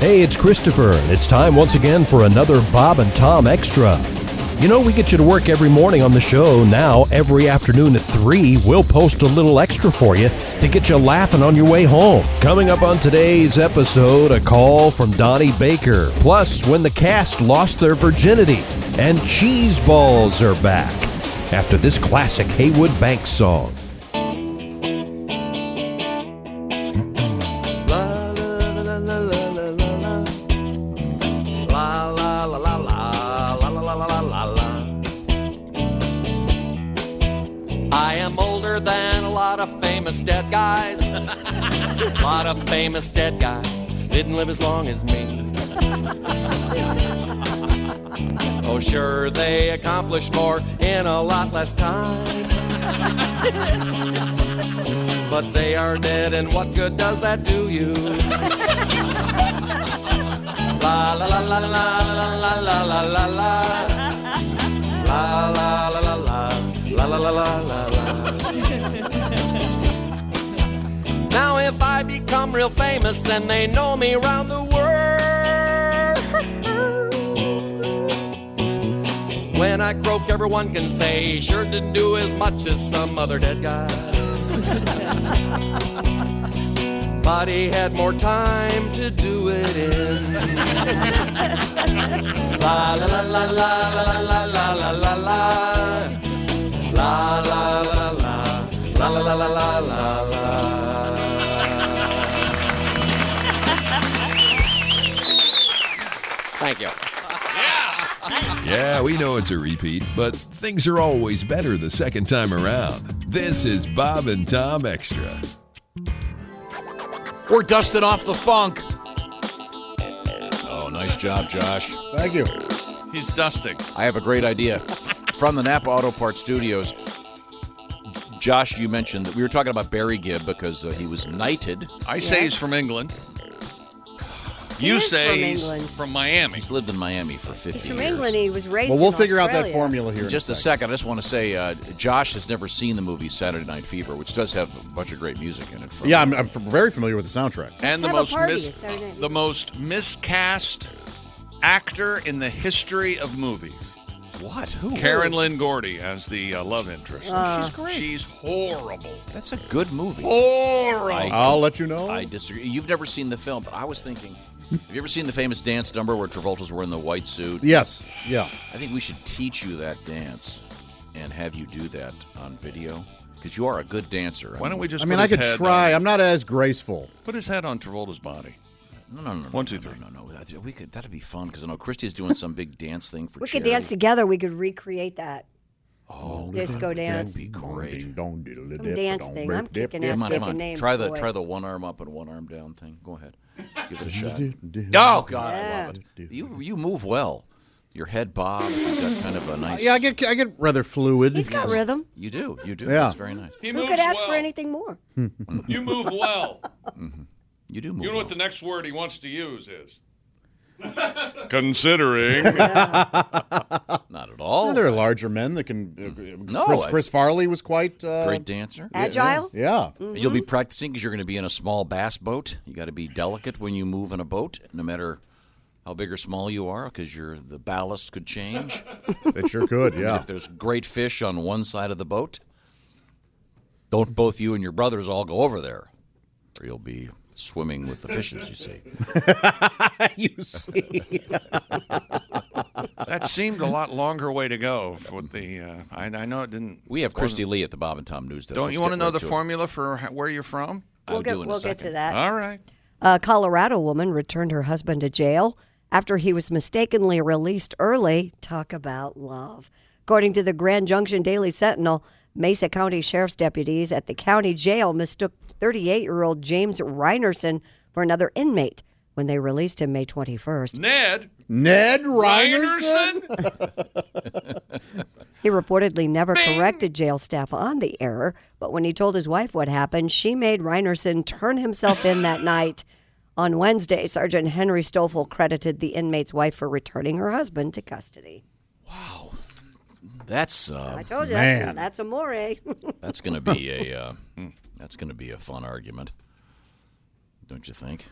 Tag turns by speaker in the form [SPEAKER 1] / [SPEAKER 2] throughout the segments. [SPEAKER 1] Hey, it's Christopher, and it's time once again for another Bob and Tom Extra. You know, we get you to work every morning on the show. Now, every afternoon at 3, we'll post a little extra for you to get you laughing on your way home. Coming up on today's episode, a call from Donnie Baker. Plus, when the cast lost their virginity, and cheese balls are back. After this classic Haywood Banks song.
[SPEAKER 2] La la la la la la la la. La la la la la la la la la la la la. I am older than a lot of famous dead guys. a lot of famous dead guys didn't live as long as me. oh, sure, they accomplished more in a lot less time. But they are dead, and what good does that do you? la la la la la la la la la la la la la la la la la la la la la Now if I become real famous and they know me round the world When I croak everyone can say he sure didn't do as much as some other dead guy but he had more time to do it in. la la la la la la la la la la la la la la la la la la la la la la. Thank you.
[SPEAKER 3] Yeah, we know it's a repeat, but things are always better the second time around. This is Bob and Tom Extra.
[SPEAKER 4] We're dusting off the funk. Oh, nice job, Josh.
[SPEAKER 5] Thank you.
[SPEAKER 6] He's dusting.
[SPEAKER 4] I have a great idea from the Napa Auto Parts Studios. Josh, you mentioned that we were talking about Barry Gibb because uh, he was knighted.
[SPEAKER 6] I say he's
[SPEAKER 7] Yes.
[SPEAKER 6] from England.
[SPEAKER 7] He
[SPEAKER 6] you
[SPEAKER 7] is
[SPEAKER 6] say
[SPEAKER 7] from
[SPEAKER 6] he's
[SPEAKER 7] England.
[SPEAKER 6] from Miami.
[SPEAKER 4] He's lived in Miami for 50
[SPEAKER 7] He's from
[SPEAKER 4] years.
[SPEAKER 7] England. He was raised.
[SPEAKER 5] Well, we'll
[SPEAKER 7] in
[SPEAKER 5] figure out that
[SPEAKER 7] Australia.
[SPEAKER 5] formula here. in
[SPEAKER 4] Just a second, I just want to say uh, Josh has never seen the movie Saturday Night Fever, which does have a bunch of great music in it. From
[SPEAKER 5] Yeah, I'm, I'm f- very familiar with the soundtrack.
[SPEAKER 6] And the
[SPEAKER 7] have a
[SPEAKER 6] most,
[SPEAKER 7] party,
[SPEAKER 6] mis-
[SPEAKER 7] Saturday Night
[SPEAKER 6] the
[SPEAKER 7] Live.
[SPEAKER 6] most miscast actor in the history of movies.
[SPEAKER 4] what? Who?
[SPEAKER 6] Karen Lynn Gordy as the uh, love interest.
[SPEAKER 7] Oh,
[SPEAKER 6] she's great. She's horrible.
[SPEAKER 4] That's a good movie.
[SPEAKER 6] Horrible.
[SPEAKER 5] I'll let you know.
[SPEAKER 6] Oh.
[SPEAKER 4] I disagree. You've never seen the film, but I was thinking. Have you ever seen the famous dance number where Travolta's wearing the white suit?
[SPEAKER 5] yes. Yeah.
[SPEAKER 4] I think we should teach you that dance and have you do that on video because you are a good dancer.
[SPEAKER 6] Why don't we just?
[SPEAKER 5] I mean,
[SPEAKER 6] put
[SPEAKER 5] I
[SPEAKER 6] his
[SPEAKER 5] could
[SPEAKER 6] head
[SPEAKER 5] try.
[SPEAKER 6] on-
[SPEAKER 5] I'm not as graceful.
[SPEAKER 6] put his head on Travolta's body.
[SPEAKER 4] No, no, no. no,
[SPEAKER 6] One, two,
[SPEAKER 4] no,
[SPEAKER 6] three.
[SPEAKER 4] No, no, no. That- We could. That'd be fun because I know Christy's doing some big dance thing for.
[SPEAKER 7] We could dance together. We could recreate that.
[SPEAKER 4] Oh,
[SPEAKER 7] Disco dance.
[SPEAKER 4] that'd be great.
[SPEAKER 7] Some dance thing. I'm kicking
[SPEAKER 4] Come
[SPEAKER 7] ass,
[SPEAKER 4] on, come
[SPEAKER 7] taking
[SPEAKER 4] on.
[SPEAKER 7] names.
[SPEAKER 4] Try the
[SPEAKER 7] boy.
[SPEAKER 4] try the one arm up and one arm down thing. Go ahead. Give it a shot. Oh
[SPEAKER 5] Oh
[SPEAKER 4] God, I love it. You you move well. Your head bobs. You've got kind of a nice.
[SPEAKER 5] Yeah, I get I get rather fluid.
[SPEAKER 7] He's got rhythm.
[SPEAKER 4] You do. You do.
[SPEAKER 5] Yeah.
[SPEAKER 4] It's very nice.
[SPEAKER 6] He
[SPEAKER 7] Who could ask for anything more?
[SPEAKER 6] You move well.
[SPEAKER 4] You do move.
[SPEAKER 6] You know
[SPEAKER 4] well.
[SPEAKER 6] what the next word he wants to use is? Considering.
[SPEAKER 4] Not at all.
[SPEAKER 5] Yeah, there are larger men that can. uh,
[SPEAKER 4] Mm. No,
[SPEAKER 5] Chris,
[SPEAKER 4] I-
[SPEAKER 5] Chris Farley was quite. Uh,
[SPEAKER 4] Great dancer.
[SPEAKER 7] Agile.
[SPEAKER 5] Yeah.
[SPEAKER 4] You'll be practicing because you're going to be in a small bass boat. You got to be delicate when you move in a boat, no matter how big or small you are, because your the ballast could change.
[SPEAKER 5] It sure could. Yeah.
[SPEAKER 4] If there's great fish on one side of the boat, don't both you and your brothers all go over there, or you'll be swimming with the fishes. You see,
[SPEAKER 5] you see.
[SPEAKER 6] That seemed a lot longer way to go with the. Uh, I, I know it didn't.
[SPEAKER 4] we have Christy Lee at the Bob and Tom News Desk.
[SPEAKER 6] Don't
[SPEAKER 4] Let's
[SPEAKER 6] you want
[SPEAKER 4] get
[SPEAKER 6] to know
[SPEAKER 4] right
[SPEAKER 6] the
[SPEAKER 4] to it.
[SPEAKER 6] formula for h- where you're from?
[SPEAKER 4] I'll
[SPEAKER 7] We'll get
[SPEAKER 4] do in a
[SPEAKER 7] we'll get to
[SPEAKER 4] second.
[SPEAKER 7] that.
[SPEAKER 6] All right.
[SPEAKER 7] A Colorado woman returned her husband to jail after he was mistakenly released early. Talk about love. According to the Grand Junction Daily Sentinel, Mesa County Sheriff's deputies at the county jail mistook 38 year old James Reinerson for another inmate when they released him May 21st.
[SPEAKER 6] Ned
[SPEAKER 5] Ned Reinerson.
[SPEAKER 6] Reinerson?
[SPEAKER 7] He reportedly never corrected jail staff on the error, but when he told his wife what happened, she made Reinerson turn himself in that night. On Wednesday, Sergeant Henry Stoffel credited the inmate's wife for returning her husband to custody.
[SPEAKER 4] That's uh,
[SPEAKER 7] I told you
[SPEAKER 5] man.
[SPEAKER 7] that's that's amore.
[SPEAKER 4] That's going to be a uh, that's going to be a fun argument, don't you think?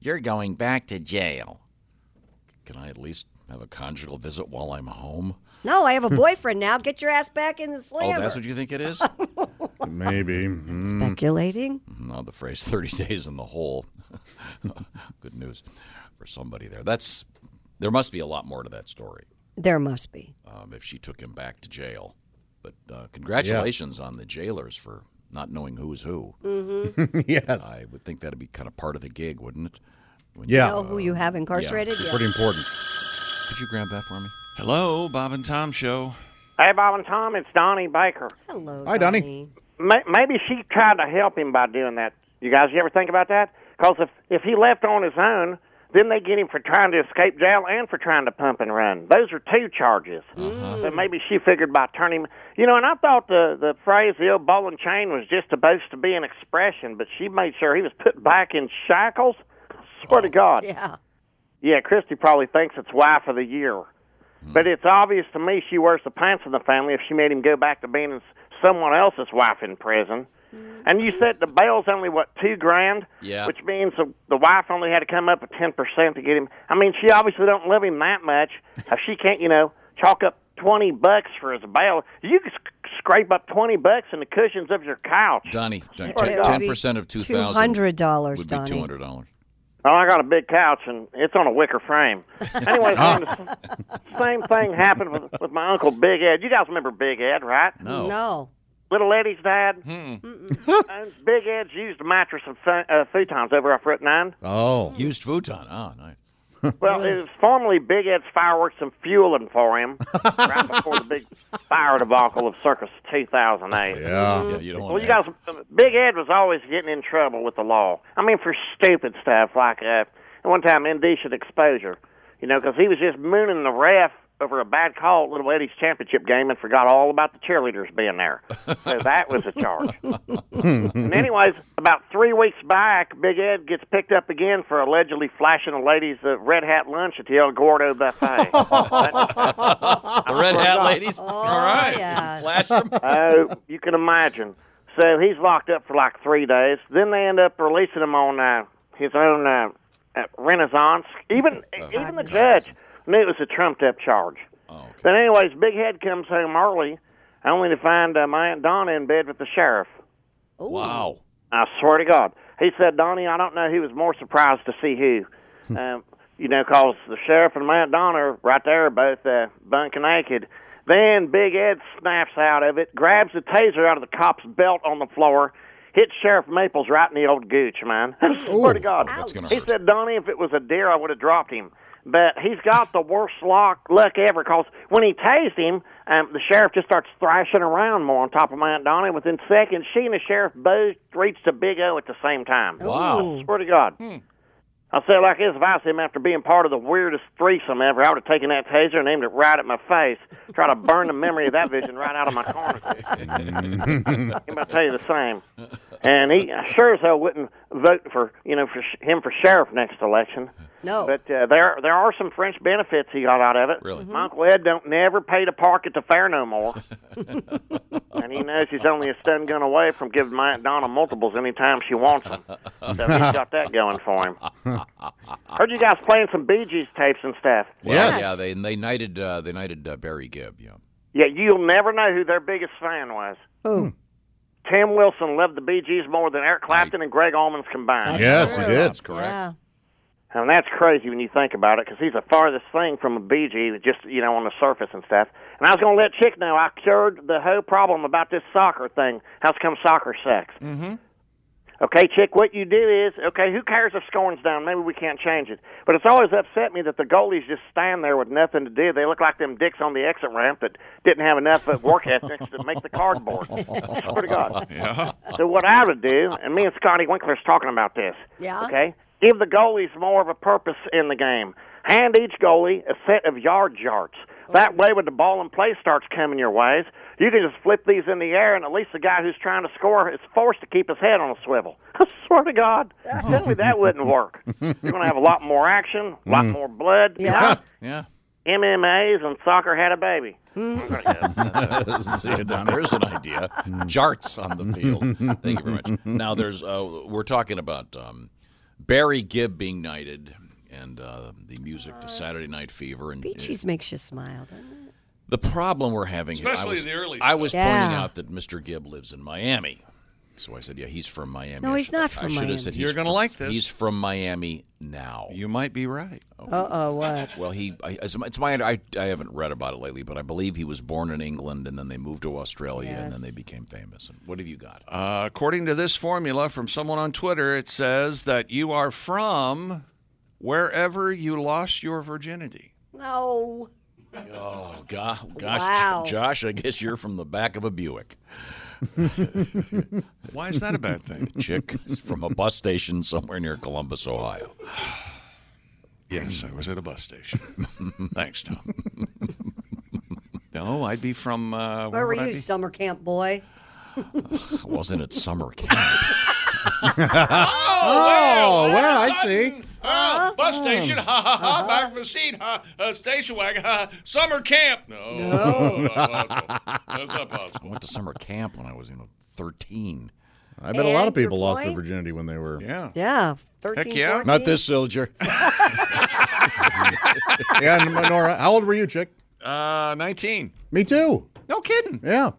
[SPEAKER 4] You're going back to jail. Can I at least have a conjugal visit while I'm home?
[SPEAKER 7] No, I have a boyfriend now. Get your ass back in the slammer.
[SPEAKER 4] Oh, that's what you think it is?
[SPEAKER 5] Maybe. Mm.
[SPEAKER 7] Speculating?
[SPEAKER 4] no, the phrase 30 days in the hole. Good news for somebody there. That's There must be a lot more to that story
[SPEAKER 7] There must be.
[SPEAKER 4] um, if she took him back to jail. But uh, congratulations on the jailers for not knowing who's who.
[SPEAKER 5] yes.
[SPEAKER 4] I would think that'd be kind of part of the gig, wouldn't it? When
[SPEAKER 5] Yeah.
[SPEAKER 7] know Oh, who you
[SPEAKER 4] Uh,
[SPEAKER 7] have incarcerated? Yeah.
[SPEAKER 5] Pretty important.
[SPEAKER 4] You, could you grab that for me?
[SPEAKER 6] Hello, Bob and Tom Show.
[SPEAKER 8] Hey, Bob and Tom, it's Donnie Baker.
[SPEAKER 7] Hello,
[SPEAKER 5] Hi, Donnie.
[SPEAKER 8] May- Maybe she tried to help him by doing that. You guys, you ever think about that? Because if if he left on his own, then they get him for trying to escape jail and for trying to pump and run. Those are two charges. But maybe she figured by turning, you know. And I thought the the phrase "the old bowling chain" was just supposed to be an expression, but she made sure he was put back in shackles. Swear to God.
[SPEAKER 7] Yeah.
[SPEAKER 8] Yeah, Christy probably thinks it's wife of the year. But it's obvious to me she wears the pants in the family if she made him go back to being someone else's wife in prison. And you said the bail's only what two grand,
[SPEAKER 4] Yeah.
[SPEAKER 8] which means the, the wife only had to come up with ten percent to get him. I mean, she obviously don't love him that much. If she can't, you know, chalk up twenty bucks for his bail, you could sc- scrape up twenty bucks in the cushions of your couch.
[SPEAKER 4] Donnie, Donnie
[SPEAKER 7] Or it would be
[SPEAKER 4] 10% of 2000
[SPEAKER 7] $200,
[SPEAKER 4] would be
[SPEAKER 7] Donnie.
[SPEAKER 4] $200.
[SPEAKER 8] Oh, I got a big couch, and it's on a wicker frame. Anyway, same, same thing happened with, with my uncle Big Ed. You guys remember Big Ed, right?
[SPEAKER 4] No.
[SPEAKER 7] No.
[SPEAKER 8] Little Eddie's dad. and Big Ed's used a mattress and fu- uh, futons over off Route 9.
[SPEAKER 5] Oh.
[SPEAKER 4] Used futon. Oh, nice.
[SPEAKER 8] Well, it was formerly Big Ed's fireworks and fueling for him right before the big fire debacle of Circus 2008.
[SPEAKER 7] Mm-hmm.
[SPEAKER 5] Yeah.
[SPEAKER 4] Yeah, you don't
[SPEAKER 8] Well,
[SPEAKER 4] want
[SPEAKER 8] you
[SPEAKER 4] that.
[SPEAKER 8] guys, Big Ed was always getting in trouble with the law. I mean, for stupid stuff like uh, one time indecent exposure, you know, because he was just mooning the ref over a bad call at Little Eddie's championship game and forgot all about the cheerleaders being there. So that was a charge. and anyways, about three weeks back, Big Ed gets picked up again for allegedly flashing a lady's uh, red hat lunch at the El Gordo buffet.
[SPEAKER 4] the red hat ladies.
[SPEAKER 7] Oh, yeah.
[SPEAKER 4] Flash them.
[SPEAKER 8] Oh, you can imagine. So he's locked up for like three days. Then they end up releasing him on uh, his own uh, uh, Renaissance. Even even the judge knew it was a trumped up charge. Oh, Then anyways, Big Head comes home early, only to find uh, my aunt Donna in bed with the sheriff.
[SPEAKER 7] Oh.
[SPEAKER 4] Wow.
[SPEAKER 8] I swear to God. He said, Donnie, I don't know who was more surprised to see
[SPEAKER 4] Hmm.
[SPEAKER 8] who. um, you know, 'cause the sheriff and Matt Donner right there are both uh, bunk naked. Then Big Ed snaps out of it, grabs the taser out of the cop's belt on the floor, hits Sheriff Maples right in the old gooch, man. swear to God.
[SPEAKER 4] That's gonna
[SPEAKER 8] he
[SPEAKER 4] hurt.
[SPEAKER 8] said, Donnie, if it was a deer, I would have dropped him. But he's got the worst luck, luck ever 'cause when he tased him, um, the sheriff just starts thrashing around more on top of my Aunt Donnie. Within seconds, she and the sheriff both reached a big O at the same time.
[SPEAKER 4] Wow.
[SPEAKER 8] I swear to God. I said, like this, if I see him after being part of the weirdest threesome ever, I would have taken that taser and aimed it right at my face, try to burn the memory of that vision right out of my cornea. I'm about to tell you the same. And he I sure as hell wouldn't vote for you know for sh- him for sheriff next election.
[SPEAKER 7] No.
[SPEAKER 8] But uh, there there are some French benefits he got out of it.
[SPEAKER 4] Really?
[SPEAKER 8] My Uncle Ed don't never pay to park at the fair no more. and he knows he's only a stun gun away from giving my Aunt Donna multiples anytime she wants them. So he's got that going for him. Heard you guys playing some Bee Gees tapes and stuff.
[SPEAKER 5] Yes.
[SPEAKER 4] Yeah, they they knighted uh, they knighted uh, Barry Gibb. Yeah.
[SPEAKER 8] Yeah, you'll never know who their biggest fan was.
[SPEAKER 4] Hmm,
[SPEAKER 7] Who?
[SPEAKER 8] Tim Wilson loved the Bee Gees more than Eric Clapton and Greg Allman's combined.
[SPEAKER 5] Yes, he did.
[SPEAKER 4] That's correct.
[SPEAKER 7] Yeah.
[SPEAKER 8] And that's crazy when you think about it, because he's the farthest thing from a BG, that just you know on the surface and stuff. And I was gonna let Chick know I cured the whole problem about this soccer thing. How's come soccer sucks? Mm-hmm. Okay, Chick, what you do is okay. Who cares if scoring's down? Maybe we can't change it. But it's always upset me that the goalies just stand there with nothing to do. They look like them dicks on the exit ramp that didn't have enough uh, work ethic to make the cardboard. Swear to God. So what I would do, and me and Scotty Winkler's talking about this.
[SPEAKER 7] Yeah.
[SPEAKER 8] Okay. Give the goalies more of a purpose in the game. Hand each goalie a set of yard yards. That way, when the ball and play starts coming your ways, you can just flip these in the air, and at least the guy who's trying to score is forced to keep his head on a swivel. I swear to God, tell me that wouldn't work. You're going to have a lot more action, a lot more blood. You
[SPEAKER 7] Yeah.
[SPEAKER 4] Yeah.
[SPEAKER 8] know, MMAs and soccer had a baby.
[SPEAKER 4] See, now there's an idea. Jarts on the field. Thank you very much. Now there's uh, we're talking about um, Barry Gibb being knighted, and uh, the music to Saturday Night Fever, and
[SPEAKER 7] Beaches makes you smile. doesn't it?
[SPEAKER 4] The problem we're having, here- I
[SPEAKER 9] Especially
[SPEAKER 4] was,
[SPEAKER 9] the early
[SPEAKER 4] I was
[SPEAKER 7] stuff.
[SPEAKER 4] pointing
[SPEAKER 7] Yeah.
[SPEAKER 4] out that Mr. Gibb lives in Miami, so I said, "Yeah, he's from Miami."
[SPEAKER 7] No,
[SPEAKER 4] I
[SPEAKER 7] he's
[SPEAKER 4] should-
[SPEAKER 7] not
[SPEAKER 4] I
[SPEAKER 7] from
[SPEAKER 4] should
[SPEAKER 7] Miami.
[SPEAKER 4] have said
[SPEAKER 6] You're
[SPEAKER 4] he's
[SPEAKER 6] gonna
[SPEAKER 4] fr-
[SPEAKER 6] like this.
[SPEAKER 4] He's from Miami now.
[SPEAKER 6] You might be right.
[SPEAKER 7] Uh oh, what?
[SPEAKER 4] Well, he I, as- it's my I, I haven't read about it lately, but I believe he was born in England and then they moved to Australia and then they became famous. And what have you got?
[SPEAKER 6] Uh, according to this formula from someone on Twitter, it says that you are from wherever you lost your virginity.
[SPEAKER 7] No.
[SPEAKER 4] Oh go- gosh,
[SPEAKER 7] Wow.
[SPEAKER 4] Josh, I guess you're from the back of a Buick.
[SPEAKER 6] Why is that a bad thing?
[SPEAKER 4] Chick from a bus station somewhere near Columbus, Ohio.
[SPEAKER 6] yes, I was at a bus station. Thanks, Tom. no, I'd be from. Uh,
[SPEAKER 7] Where were
[SPEAKER 6] would I
[SPEAKER 7] you,
[SPEAKER 6] be?
[SPEAKER 7] summer camp boy?
[SPEAKER 4] I wasn't at summer camp.
[SPEAKER 5] Oh, well, I see. Uh-huh.
[SPEAKER 9] Ah, bus station, ha ha ha, back of the seat, ha, uh, station wagon, ha, summer camp. No, no. that's not
[SPEAKER 4] I
[SPEAKER 9] possible.
[SPEAKER 4] went to summer camp when I was, you know, 13.
[SPEAKER 5] I bet a lot of
[SPEAKER 7] And your
[SPEAKER 5] people lost their
[SPEAKER 7] point?
[SPEAKER 5] virginity when they were.
[SPEAKER 6] Yeah.
[SPEAKER 7] Yeah, 13,
[SPEAKER 6] Heck yeah.
[SPEAKER 7] 14?
[SPEAKER 4] Not this soldier.
[SPEAKER 5] Yeah, and Nora, how old were you, chick?
[SPEAKER 6] Uh, 19.
[SPEAKER 5] Me too.
[SPEAKER 6] No kidding.
[SPEAKER 5] Yeah.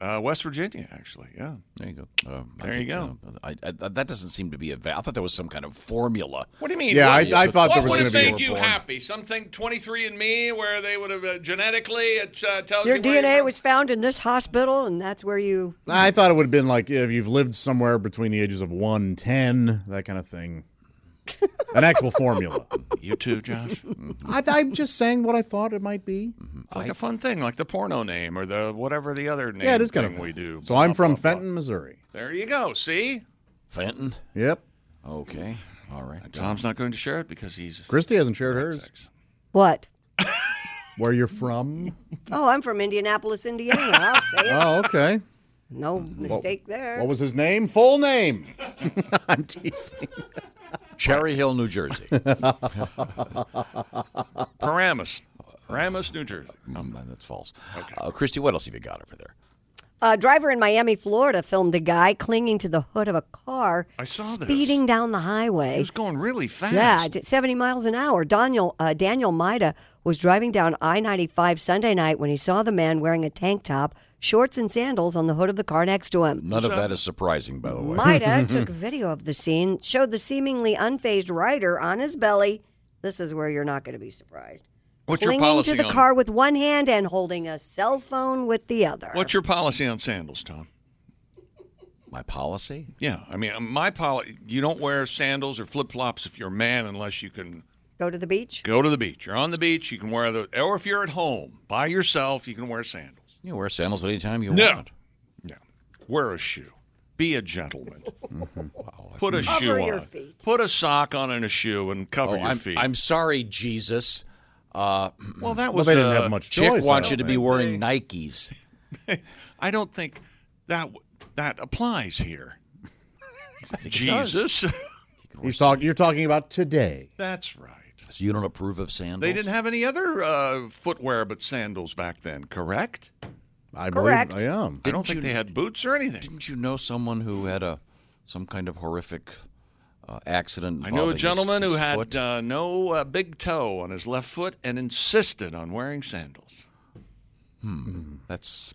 [SPEAKER 6] Uh, West Virginia, actually. Yeah.
[SPEAKER 4] There you go. Uh, I
[SPEAKER 6] There you go.
[SPEAKER 4] uh, I, I, that doesn't seem to be a. Va- I thought there was some kind of formula.
[SPEAKER 6] What do you mean?
[SPEAKER 5] Yeah, I,
[SPEAKER 6] What-
[SPEAKER 5] I thought there was
[SPEAKER 9] What would
[SPEAKER 5] going
[SPEAKER 9] have
[SPEAKER 5] to be.
[SPEAKER 9] made you happy? Something 23 and Me, where they would have uh, genetically it uh, tells
[SPEAKER 7] Your
[SPEAKER 9] you where you're
[SPEAKER 7] DNA
[SPEAKER 9] from.
[SPEAKER 7] was found in this hospital, and that's where you.
[SPEAKER 5] I thought it would have been like if you've lived somewhere between the ages of 1 and 10, that kind of thing. An actual formula.
[SPEAKER 6] You too, Josh. It's
[SPEAKER 5] I, I'm just saying what I thought it might be.
[SPEAKER 6] like a fun thing, like the porno name or the whatever the other name.
[SPEAKER 5] Yeah, it is kind
[SPEAKER 6] thing
[SPEAKER 5] of.
[SPEAKER 6] we do.
[SPEAKER 5] So
[SPEAKER 6] Blah,
[SPEAKER 5] I'm from
[SPEAKER 6] blah, blah.
[SPEAKER 5] Fenton, Missouri.
[SPEAKER 6] There you go. See,
[SPEAKER 4] Fenton.
[SPEAKER 5] Yep.
[SPEAKER 4] Okay. All right.
[SPEAKER 6] Tom's not going to share it because he's
[SPEAKER 5] Christy hasn't shared hers.
[SPEAKER 7] What?
[SPEAKER 5] Where you're from?
[SPEAKER 7] Oh, I'm from Indianapolis, Indiana. I'll say it.
[SPEAKER 5] Oh, okay.
[SPEAKER 7] No mistake there.
[SPEAKER 5] What was his name? Full name. I'm teasing.
[SPEAKER 4] Cherry Hill, New Jersey.
[SPEAKER 6] Paramus, Paramus, New Jersey.
[SPEAKER 4] Mm, that's false. Uh, Christy, what else have you got over there?
[SPEAKER 7] A driver in Miami, Florida filmed a guy clinging to the hood of a car
[SPEAKER 6] I saw this.
[SPEAKER 7] speeding down the highway.
[SPEAKER 6] He was going really fast.
[SPEAKER 7] Yeah, at 70 miles an hour. Daniel uh, Daniel Maida was driving down I 95 Sunday night when he saw the man wearing a tank top, shorts, and sandals on the hood of the car next to him.
[SPEAKER 4] None of that is surprising, by the way.
[SPEAKER 7] Maida took video of the scene, showed the seemingly unfazed rider on his belly. This is where you're not going to be surprised.
[SPEAKER 6] What's your
[SPEAKER 7] clinging
[SPEAKER 6] policy
[SPEAKER 7] to the
[SPEAKER 6] on?
[SPEAKER 7] car with one hand and holding a cell phone with the other.
[SPEAKER 6] What's your policy on sandals, Tom?
[SPEAKER 4] My policy?
[SPEAKER 6] Yeah, I mean, my policy. You don't wear sandals or flip flops if you're a man unless you can
[SPEAKER 7] Go to the beach?
[SPEAKER 6] go to the beach. You're on the beach, you can wear the, or if you're at home by yourself, you can wear sandals.
[SPEAKER 4] You wear sandals at any time you
[SPEAKER 6] No.
[SPEAKER 4] want.
[SPEAKER 6] Yeah. Wear a shoe. Be a gentleman.
[SPEAKER 5] Mm-hmm.
[SPEAKER 6] Put a
[SPEAKER 7] Cover
[SPEAKER 6] shoe on.
[SPEAKER 7] your feet.
[SPEAKER 6] Put a sock on and a shoe and cover
[SPEAKER 4] Oh,
[SPEAKER 6] your
[SPEAKER 4] I'm,
[SPEAKER 6] feet.
[SPEAKER 4] I'm sorry, Jesus. Uh,
[SPEAKER 6] well, that
[SPEAKER 5] Well,
[SPEAKER 6] was
[SPEAKER 5] they didn't
[SPEAKER 6] uh,
[SPEAKER 5] have much choice.
[SPEAKER 4] Chick
[SPEAKER 5] I
[SPEAKER 4] wants
[SPEAKER 5] don't
[SPEAKER 4] you to be
[SPEAKER 5] think.
[SPEAKER 4] wearing Nikes.
[SPEAKER 6] I don't think that w- that applies here.
[SPEAKER 4] it does.
[SPEAKER 6] Jesus.
[SPEAKER 5] He's talk, you're talking about today.
[SPEAKER 6] That's right.
[SPEAKER 4] So you don't approve of sandals?
[SPEAKER 6] They didn't have any other uh, footwear but sandals back then, correct?
[SPEAKER 5] I
[SPEAKER 7] Correct.
[SPEAKER 5] believe I am.
[SPEAKER 6] I don't
[SPEAKER 4] Didn't
[SPEAKER 6] think
[SPEAKER 4] you-
[SPEAKER 6] they had boots or anything.
[SPEAKER 4] Didn't you know someone who had a some kind of horrific uh, accident?
[SPEAKER 6] I
[SPEAKER 4] involving
[SPEAKER 6] knew a
[SPEAKER 4] his-
[SPEAKER 6] gentleman who
[SPEAKER 4] his
[SPEAKER 6] had
[SPEAKER 4] foot?
[SPEAKER 6] uh, no uh, big toe on his left foot and insisted on wearing sandals.
[SPEAKER 4] That's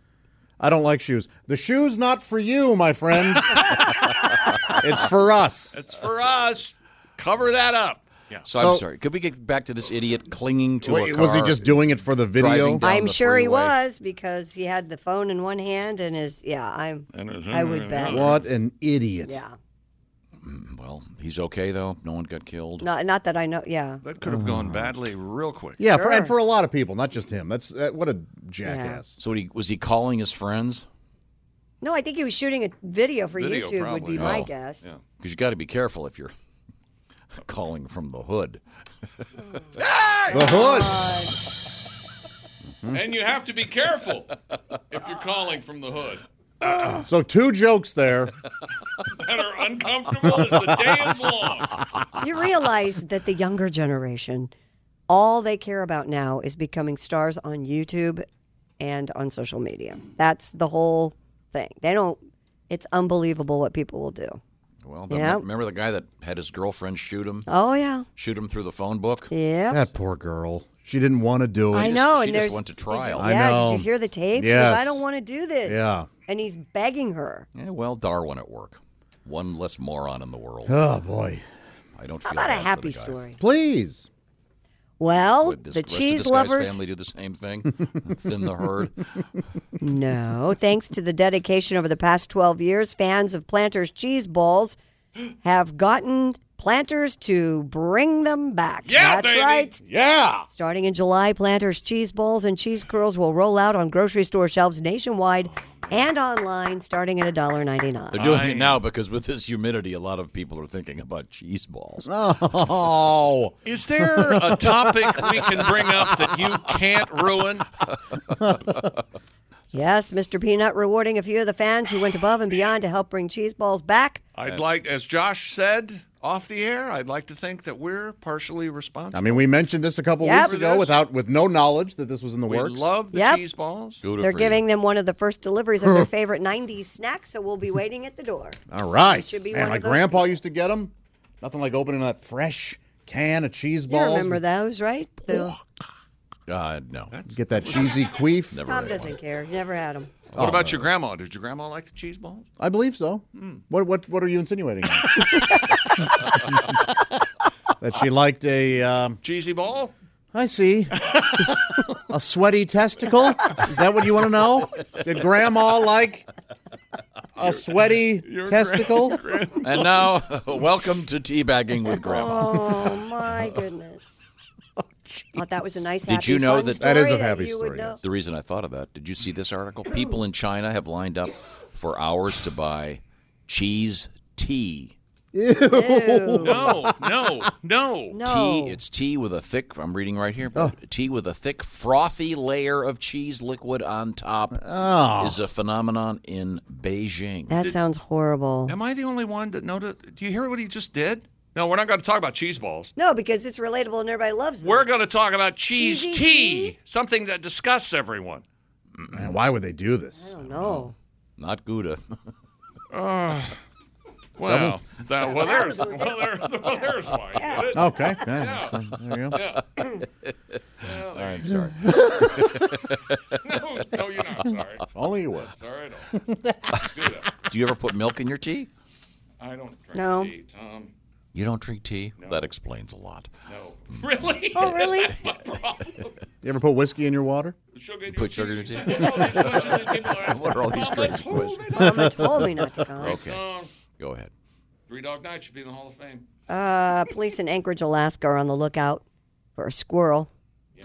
[SPEAKER 5] I don't like shoes. The shoe's not for you, my friend. it's for us.
[SPEAKER 6] It's for us. Cover that up. Yeah.
[SPEAKER 4] so,
[SPEAKER 5] So-
[SPEAKER 4] I'm sorry. Could we get back to this idiot clinging to a
[SPEAKER 5] Wait,
[SPEAKER 4] car?
[SPEAKER 5] was he just doing it for the video?
[SPEAKER 4] Driving down
[SPEAKER 7] I'm
[SPEAKER 4] the
[SPEAKER 7] sure he
[SPEAKER 4] freeway?
[SPEAKER 7] was because he had the phone in one hand and his yeah. I'm I would bet.
[SPEAKER 5] What an idiot.
[SPEAKER 7] Yeah,
[SPEAKER 4] Well, he's okay though. No one got killed.
[SPEAKER 7] not not that I know. Yeah,
[SPEAKER 6] That could have gone badly real quick.
[SPEAKER 5] Yeah, for, and
[SPEAKER 7] Sure.
[SPEAKER 5] for a lot of people, not just him. That's uh, what a jackass.
[SPEAKER 4] So he was he calling his friends?
[SPEAKER 7] no, I think he was shooting a video for
[SPEAKER 6] Video,
[SPEAKER 7] YouTube. Would
[SPEAKER 6] probably.
[SPEAKER 7] be my
[SPEAKER 4] Oh,
[SPEAKER 7] guess.
[SPEAKER 6] yeah.
[SPEAKER 4] Because you got to be careful if you're calling from the hood.
[SPEAKER 5] The
[SPEAKER 7] Uh,
[SPEAKER 5] hood.
[SPEAKER 9] And you have to be careful if you're calling from the hood.
[SPEAKER 5] So two jokes there.
[SPEAKER 9] That are uncomfortable as the day is long.
[SPEAKER 7] You realize that the younger generation, all they care about now is becoming stars on YouTube and on social media. That's the whole thing. They don't. It's unbelievable what people will do.
[SPEAKER 4] Well, the,
[SPEAKER 7] Yeah.
[SPEAKER 4] remember the guy that had his girlfriend shoot him?
[SPEAKER 7] Oh yeah,
[SPEAKER 4] Shoot him through the phone book?
[SPEAKER 7] yeah.
[SPEAKER 5] That poor girl. She didn't want to do it.
[SPEAKER 7] I
[SPEAKER 4] just-
[SPEAKER 7] know.
[SPEAKER 4] she
[SPEAKER 7] and
[SPEAKER 4] just
[SPEAKER 7] there's
[SPEAKER 4] went to
[SPEAKER 7] did you-
[SPEAKER 4] trial. I
[SPEAKER 7] yeah.
[SPEAKER 5] know.
[SPEAKER 7] Did you hear the tape? She goes,
[SPEAKER 5] Yes.
[SPEAKER 7] I don't want to do this.
[SPEAKER 5] Yeah.
[SPEAKER 7] And he's begging her.
[SPEAKER 4] Yeah, well, Darwin at work. One less moron in the world.
[SPEAKER 5] Oh boy.
[SPEAKER 4] I don't feel
[SPEAKER 7] How about a
[SPEAKER 4] bad for
[SPEAKER 7] happy
[SPEAKER 4] the guy.
[SPEAKER 7] story?
[SPEAKER 5] Please.
[SPEAKER 7] Well,
[SPEAKER 4] Would this
[SPEAKER 7] the
[SPEAKER 4] rest
[SPEAKER 7] cheese
[SPEAKER 4] of this
[SPEAKER 7] lovers.
[SPEAKER 4] guy's family do the same thing? Thin the herd.
[SPEAKER 7] No, thanks to the dedication over the past 12 years, fans of Planters cheese balls have gotten Planters to bring them back.
[SPEAKER 9] Yeah,
[SPEAKER 7] That's
[SPEAKER 9] baby.
[SPEAKER 7] right.
[SPEAKER 5] Yeah.
[SPEAKER 7] Starting in July, Planters cheese balls and cheese curls will roll out on grocery store shelves nationwide and online starting at $1.99.
[SPEAKER 4] They're doing it now because with this humidity, a lot of people are thinking about cheese balls.
[SPEAKER 5] Oh.
[SPEAKER 6] Is there a topic we can bring up that you can't ruin?
[SPEAKER 7] Yes, Mr. Peanut rewarding a few of the fans who went above and beyond to help bring cheese balls back.
[SPEAKER 6] I'd like, as Josh said off the air, I'd like to think that we're partially
[SPEAKER 5] I
[SPEAKER 6] responsible.
[SPEAKER 5] mean, we mentioned this a couple
[SPEAKER 7] Yep.
[SPEAKER 5] weeks ago without with no knowledge that this was in the
[SPEAKER 6] We
[SPEAKER 5] works.
[SPEAKER 6] love the
[SPEAKER 7] Yep.
[SPEAKER 6] cheese balls.
[SPEAKER 4] Good
[SPEAKER 7] They're
[SPEAKER 4] for you.
[SPEAKER 7] giving them one of the first deliveries of their favorite 90s snack, so we'll be waiting at the door.
[SPEAKER 5] All right.
[SPEAKER 7] should be
[SPEAKER 5] Man,
[SPEAKER 7] one
[SPEAKER 5] my
[SPEAKER 7] of those
[SPEAKER 5] grandpa used to get them. Nothing like opening that fresh can of cheese
[SPEAKER 7] You
[SPEAKER 5] balls.
[SPEAKER 7] remember those, right? The-
[SPEAKER 4] Uh, no.
[SPEAKER 5] Get that cheesy queef.
[SPEAKER 7] Tom doesn't care. He never had them.
[SPEAKER 6] What about your grandma? Did your grandma like the cheese balls?
[SPEAKER 5] I believe so. What what what are you insinuating? that she liked a um,
[SPEAKER 6] Cheesy ball?
[SPEAKER 5] I see. a sweaty testicle? Is that what you want to know? Did grandma like a sweaty testicle?
[SPEAKER 4] And now, welcome to teabagging with Grandma.
[SPEAKER 7] Oh my goodness! oh, that was a nice.
[SPEAKER 4] Did
[SPEAKER 7] happy,
[SPEAKER 4] you know
[SPEAKER 7] fun
[SPEAKER 4] that-
[SPEAKER 7] story
[SPEAKER 5] That is a happy
[SPEAKER 7] you would
[SPEAKER 5] story,
[SPEAKER 7] know?
[SPEAKER 5] yes.
[SPEAKER 4] The reason I thought of that, did you see this article? People in China have lined up for hours to buy cheese tea.
[SPEAKER 6] No, no, no.
[SPEAKER 7] No,
[SPEAKER 4] Tea, it's tea with a thick, I'm reading right here, tea with a thick, frothy layer of cheese liquid on top is a phenomenon in Beijing.
[SPEAKER 7] that sounds horrible.
[SPEAKER 6] Am I the only one that noticed? Do you hear what he just did? No, we're not going to talk about cheese balls.
[SPEAKER 7] No, because it's relatable and everybody loves it.
[SPEAKER 6] We're going to talk about cheese
[SPEAKER 7] Cheesy
[SPEAKER 6] tea, something that disgusts everyone.
[SPEAKER 5] Man, why would they do this?
[SPEAKER 7] I don't know.
[SPEAKER 4] Not Gouda.
[SPEAKER 6] Well, that, well,
[SPEAKER 9] There's, well, there, well, there's why.
[SPEAKER 5] Okay. yeah, so there you go.
[SPEAKER 4] All right, sorry.
[SPEAKER 9] No, no, you're not. Sorry.
[SPEAKER 5] If Only you would.
[SPEAKER 9] Sorry, I don't.
[SPEAKER 4] Do you ever put milk in your tea?
[SPEAKER 9] I don't drink
[SPEAKER 7] No.
[SPEAKER 9] tea, Tom.
[SPEAKER 4] You don't drink tea? That explains a lot.
[SPEAKER 9] No. Really?
[SPEAKER 7] Oh, really?
[SPEAKER 5] You ever put whiskey in your water?
[SPEAKER 9] Sugar in
[SPEAKER 4] Put
[SPEAKER 9] your
[SPEAKER 4] sugar in your tea?
[SPEAKER 9] tea. All these questions that people are
[SPEAKER 4] What are all these
[SPEAKER 9] asking.
[SPEAKER 4] crazy questions?
[SPEAKER 7] Mama told me not to come.
[SPEAKER 4] Okay,
[SPEAKER 9] Um,
[SPEAKER 4] go ahead.
[SPEAKER 9] Three Dog Night should be in the Hall of Fame.
[SPEAKER 7] Uh, police in Anchorage, Alaska, are on the lookout for a squirrel.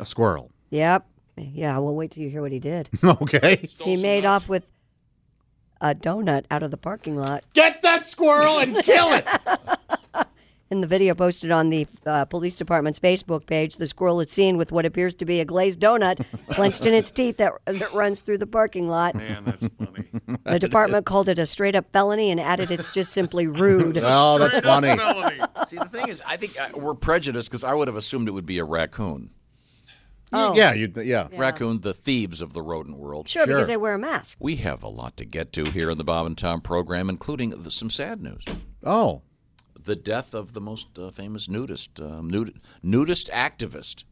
[SPEAKER 5] A squirrel.
[SPEAKER 7] Yep. Yeah. Well, wait till you hear what he did.
[SPEAKER 5] Okay.
[SPEAKER 7] he made off with a donut out of the parking lot.
[SPEAKER 5] Get that squirrel and kill it.
[SPEAKER 7] In the video posted on the uh, police department's Facebook page, the squirrel is seen with what appears to be a glazed donut clenched in its teeth that, as it runs through the parking lot.
[SPEAKER 9] Man, that's funny.
[SPEAKER 7] The department called it a straight up felony and added it's just simply rude.
[SPEAKER 5] Oh, that's funny.
[SPEAKER 9] Melody.
[SPEAKER 4] See, the thing is, I think uh, we're prejudiced because I would have assumed it would be a raccoon.
[SPEAKER 5] Yeah, you yeah.
[SPEAKER 4] Raccoon, the thieves of the rodent world.
[SPEAKER 7] Oh, Sure, because they wear a mask.
[SPEAKER 4] We have a lot to get to here in the Bob and Tom program, including the, some sad news.
[SPEAKER 5] Oh.
[SPEAKER 4] The death of the most uh, famous nudist, um, nud- nudist activist.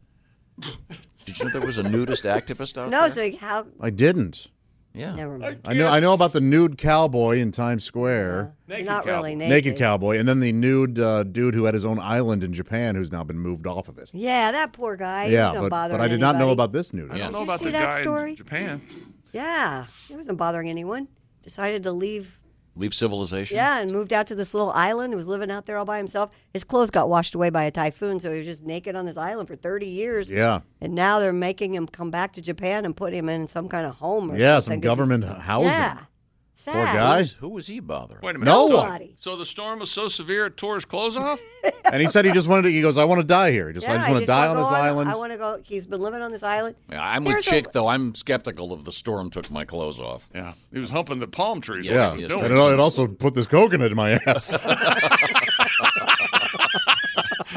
[SPEAKER 4] Did you know there was a nudist activist out
[SPEAKER 7] No,
[SPEAKER 4] there?
[SPEAKER 7] so how?
[SPEAKER 5] I didn't.
[SPEAKER 4] Yeah.
[SPEAKER 7] Never mind.
[SPEAKER 5] I know I know about the nude cowboy in Times
[SPEAKER 7] Uh-huh.
[SPEAKER 5] Square.
[SPEAKER 9] Naked
[SPEAKER 7] Not really
[SPEAKER 9] cowboy.
[SPEAKER 7] naked.
[SPEAKER 5] Naked cowboy, and then the nude uh, dude who had his own island in Japan, who's now been moved off of it.
[SPEAKER 7] Yeah, that poor guy. He
[SPEAKER 5] yeah,
[SPEAKER 7] wasn't
[SPEAKER 5] but,
[SPEAKER 7] bothering
[SPEAKER 5] but I did not know
[SPEAKER 7] anybody.
[SPEAKER 5] about this nude.
[SPEAKER 6] I don't
[SPEAKER 4] Yeah.
[SPEAKER 6] know
[SPEAKER 7] you
[SPEAKER 6] about
[SPEAKER 7] see
[SPEAKER 6] the
[SPEAKER 7] that
[SPEAKER 6] guy
[SPEAKER 7] story?
[SPEAKER 6] in Japan.
[SPEAKER 7] Yeah, he wasn't bothering anyone. Decided to leave.
[SPEAKER 4] Leave civilization.
[SPEAKER 7] Yeah, and moved out to this little island. He was living out there all by himself. His clothes got washed away by a typhoon, so he was just naked on this island for 30 years.
[SPEAKER 5] Yeah,
[SPEAKER 7] And now they're making him come back to Japan and put him in some kind of home. Or
[SPEAKER 5] yeah, some
[SPEAKER 7] something 'cause he-
[SPEAKER 5] government housing.
[SPEAKER 7] Yeah. Sad.
[SPEAKER 5] Poor guy.
[SPEAKER 4] Who was he bothering?
[SPEAKER 6] Wait a minute.
[SPEAKER 5] No
[SPEAKER 6] So-
[SPEAKER 5] one.
[SPEAKER 7] Nobody.
[SPEAKER 6] So the storm was so severe it tore his clothes off?
[SPEAKER 5] And he said he just wanted to. He goes, I want to die here. He just,
[SPEAKER 7] Yeah,
[SPEAKER 5] I just
[SPEAKER 7] I
[SPEAKER 5] want to die on
[SPEAKER 7] wanna
[SPEAKER 5] this
[SPEAKER 7] go
[SPEAKER 5] island.
[SPEAKER 7] I want to go. He's been living on this island.
[SPEAKER 4] Yeah, I'm with
[SPEAKER 7] There's a-
[SPEAKER 4] Chick, though. I'm skeptical of the storm took my clothes off.
[SPEAKER 6] Yeah. He was humping the palm trees.
[SPEAKER 4] Yes,
[SPEAKER 6] What
[SPEAKER 4] yes, yes.
[SPEAKER 6] was he
[SPEAKER 5] and
[SPEAKER 6] doing?
[SPEAKER 5] it, it also put this coconut in my ass.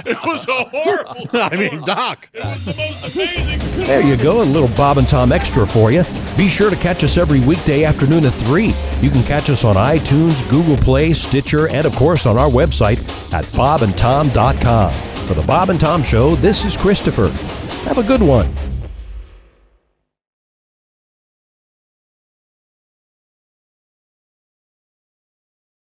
[SPEAKER 9] It was a horrible.
[SPEAKER 5] I mean, Doc.
[SPEAKER 9] It was the most amazing.
[SPEAKER 1] There you go, a little Bob and Tom extra for you. Be sure to catch us every weekday afternoon at 3. You can catch us on iTunes, Google Play, Stitcher, and of course on our website at bobandtom.com. For the Bob and Tom Show, this is Christopher. Have a good one.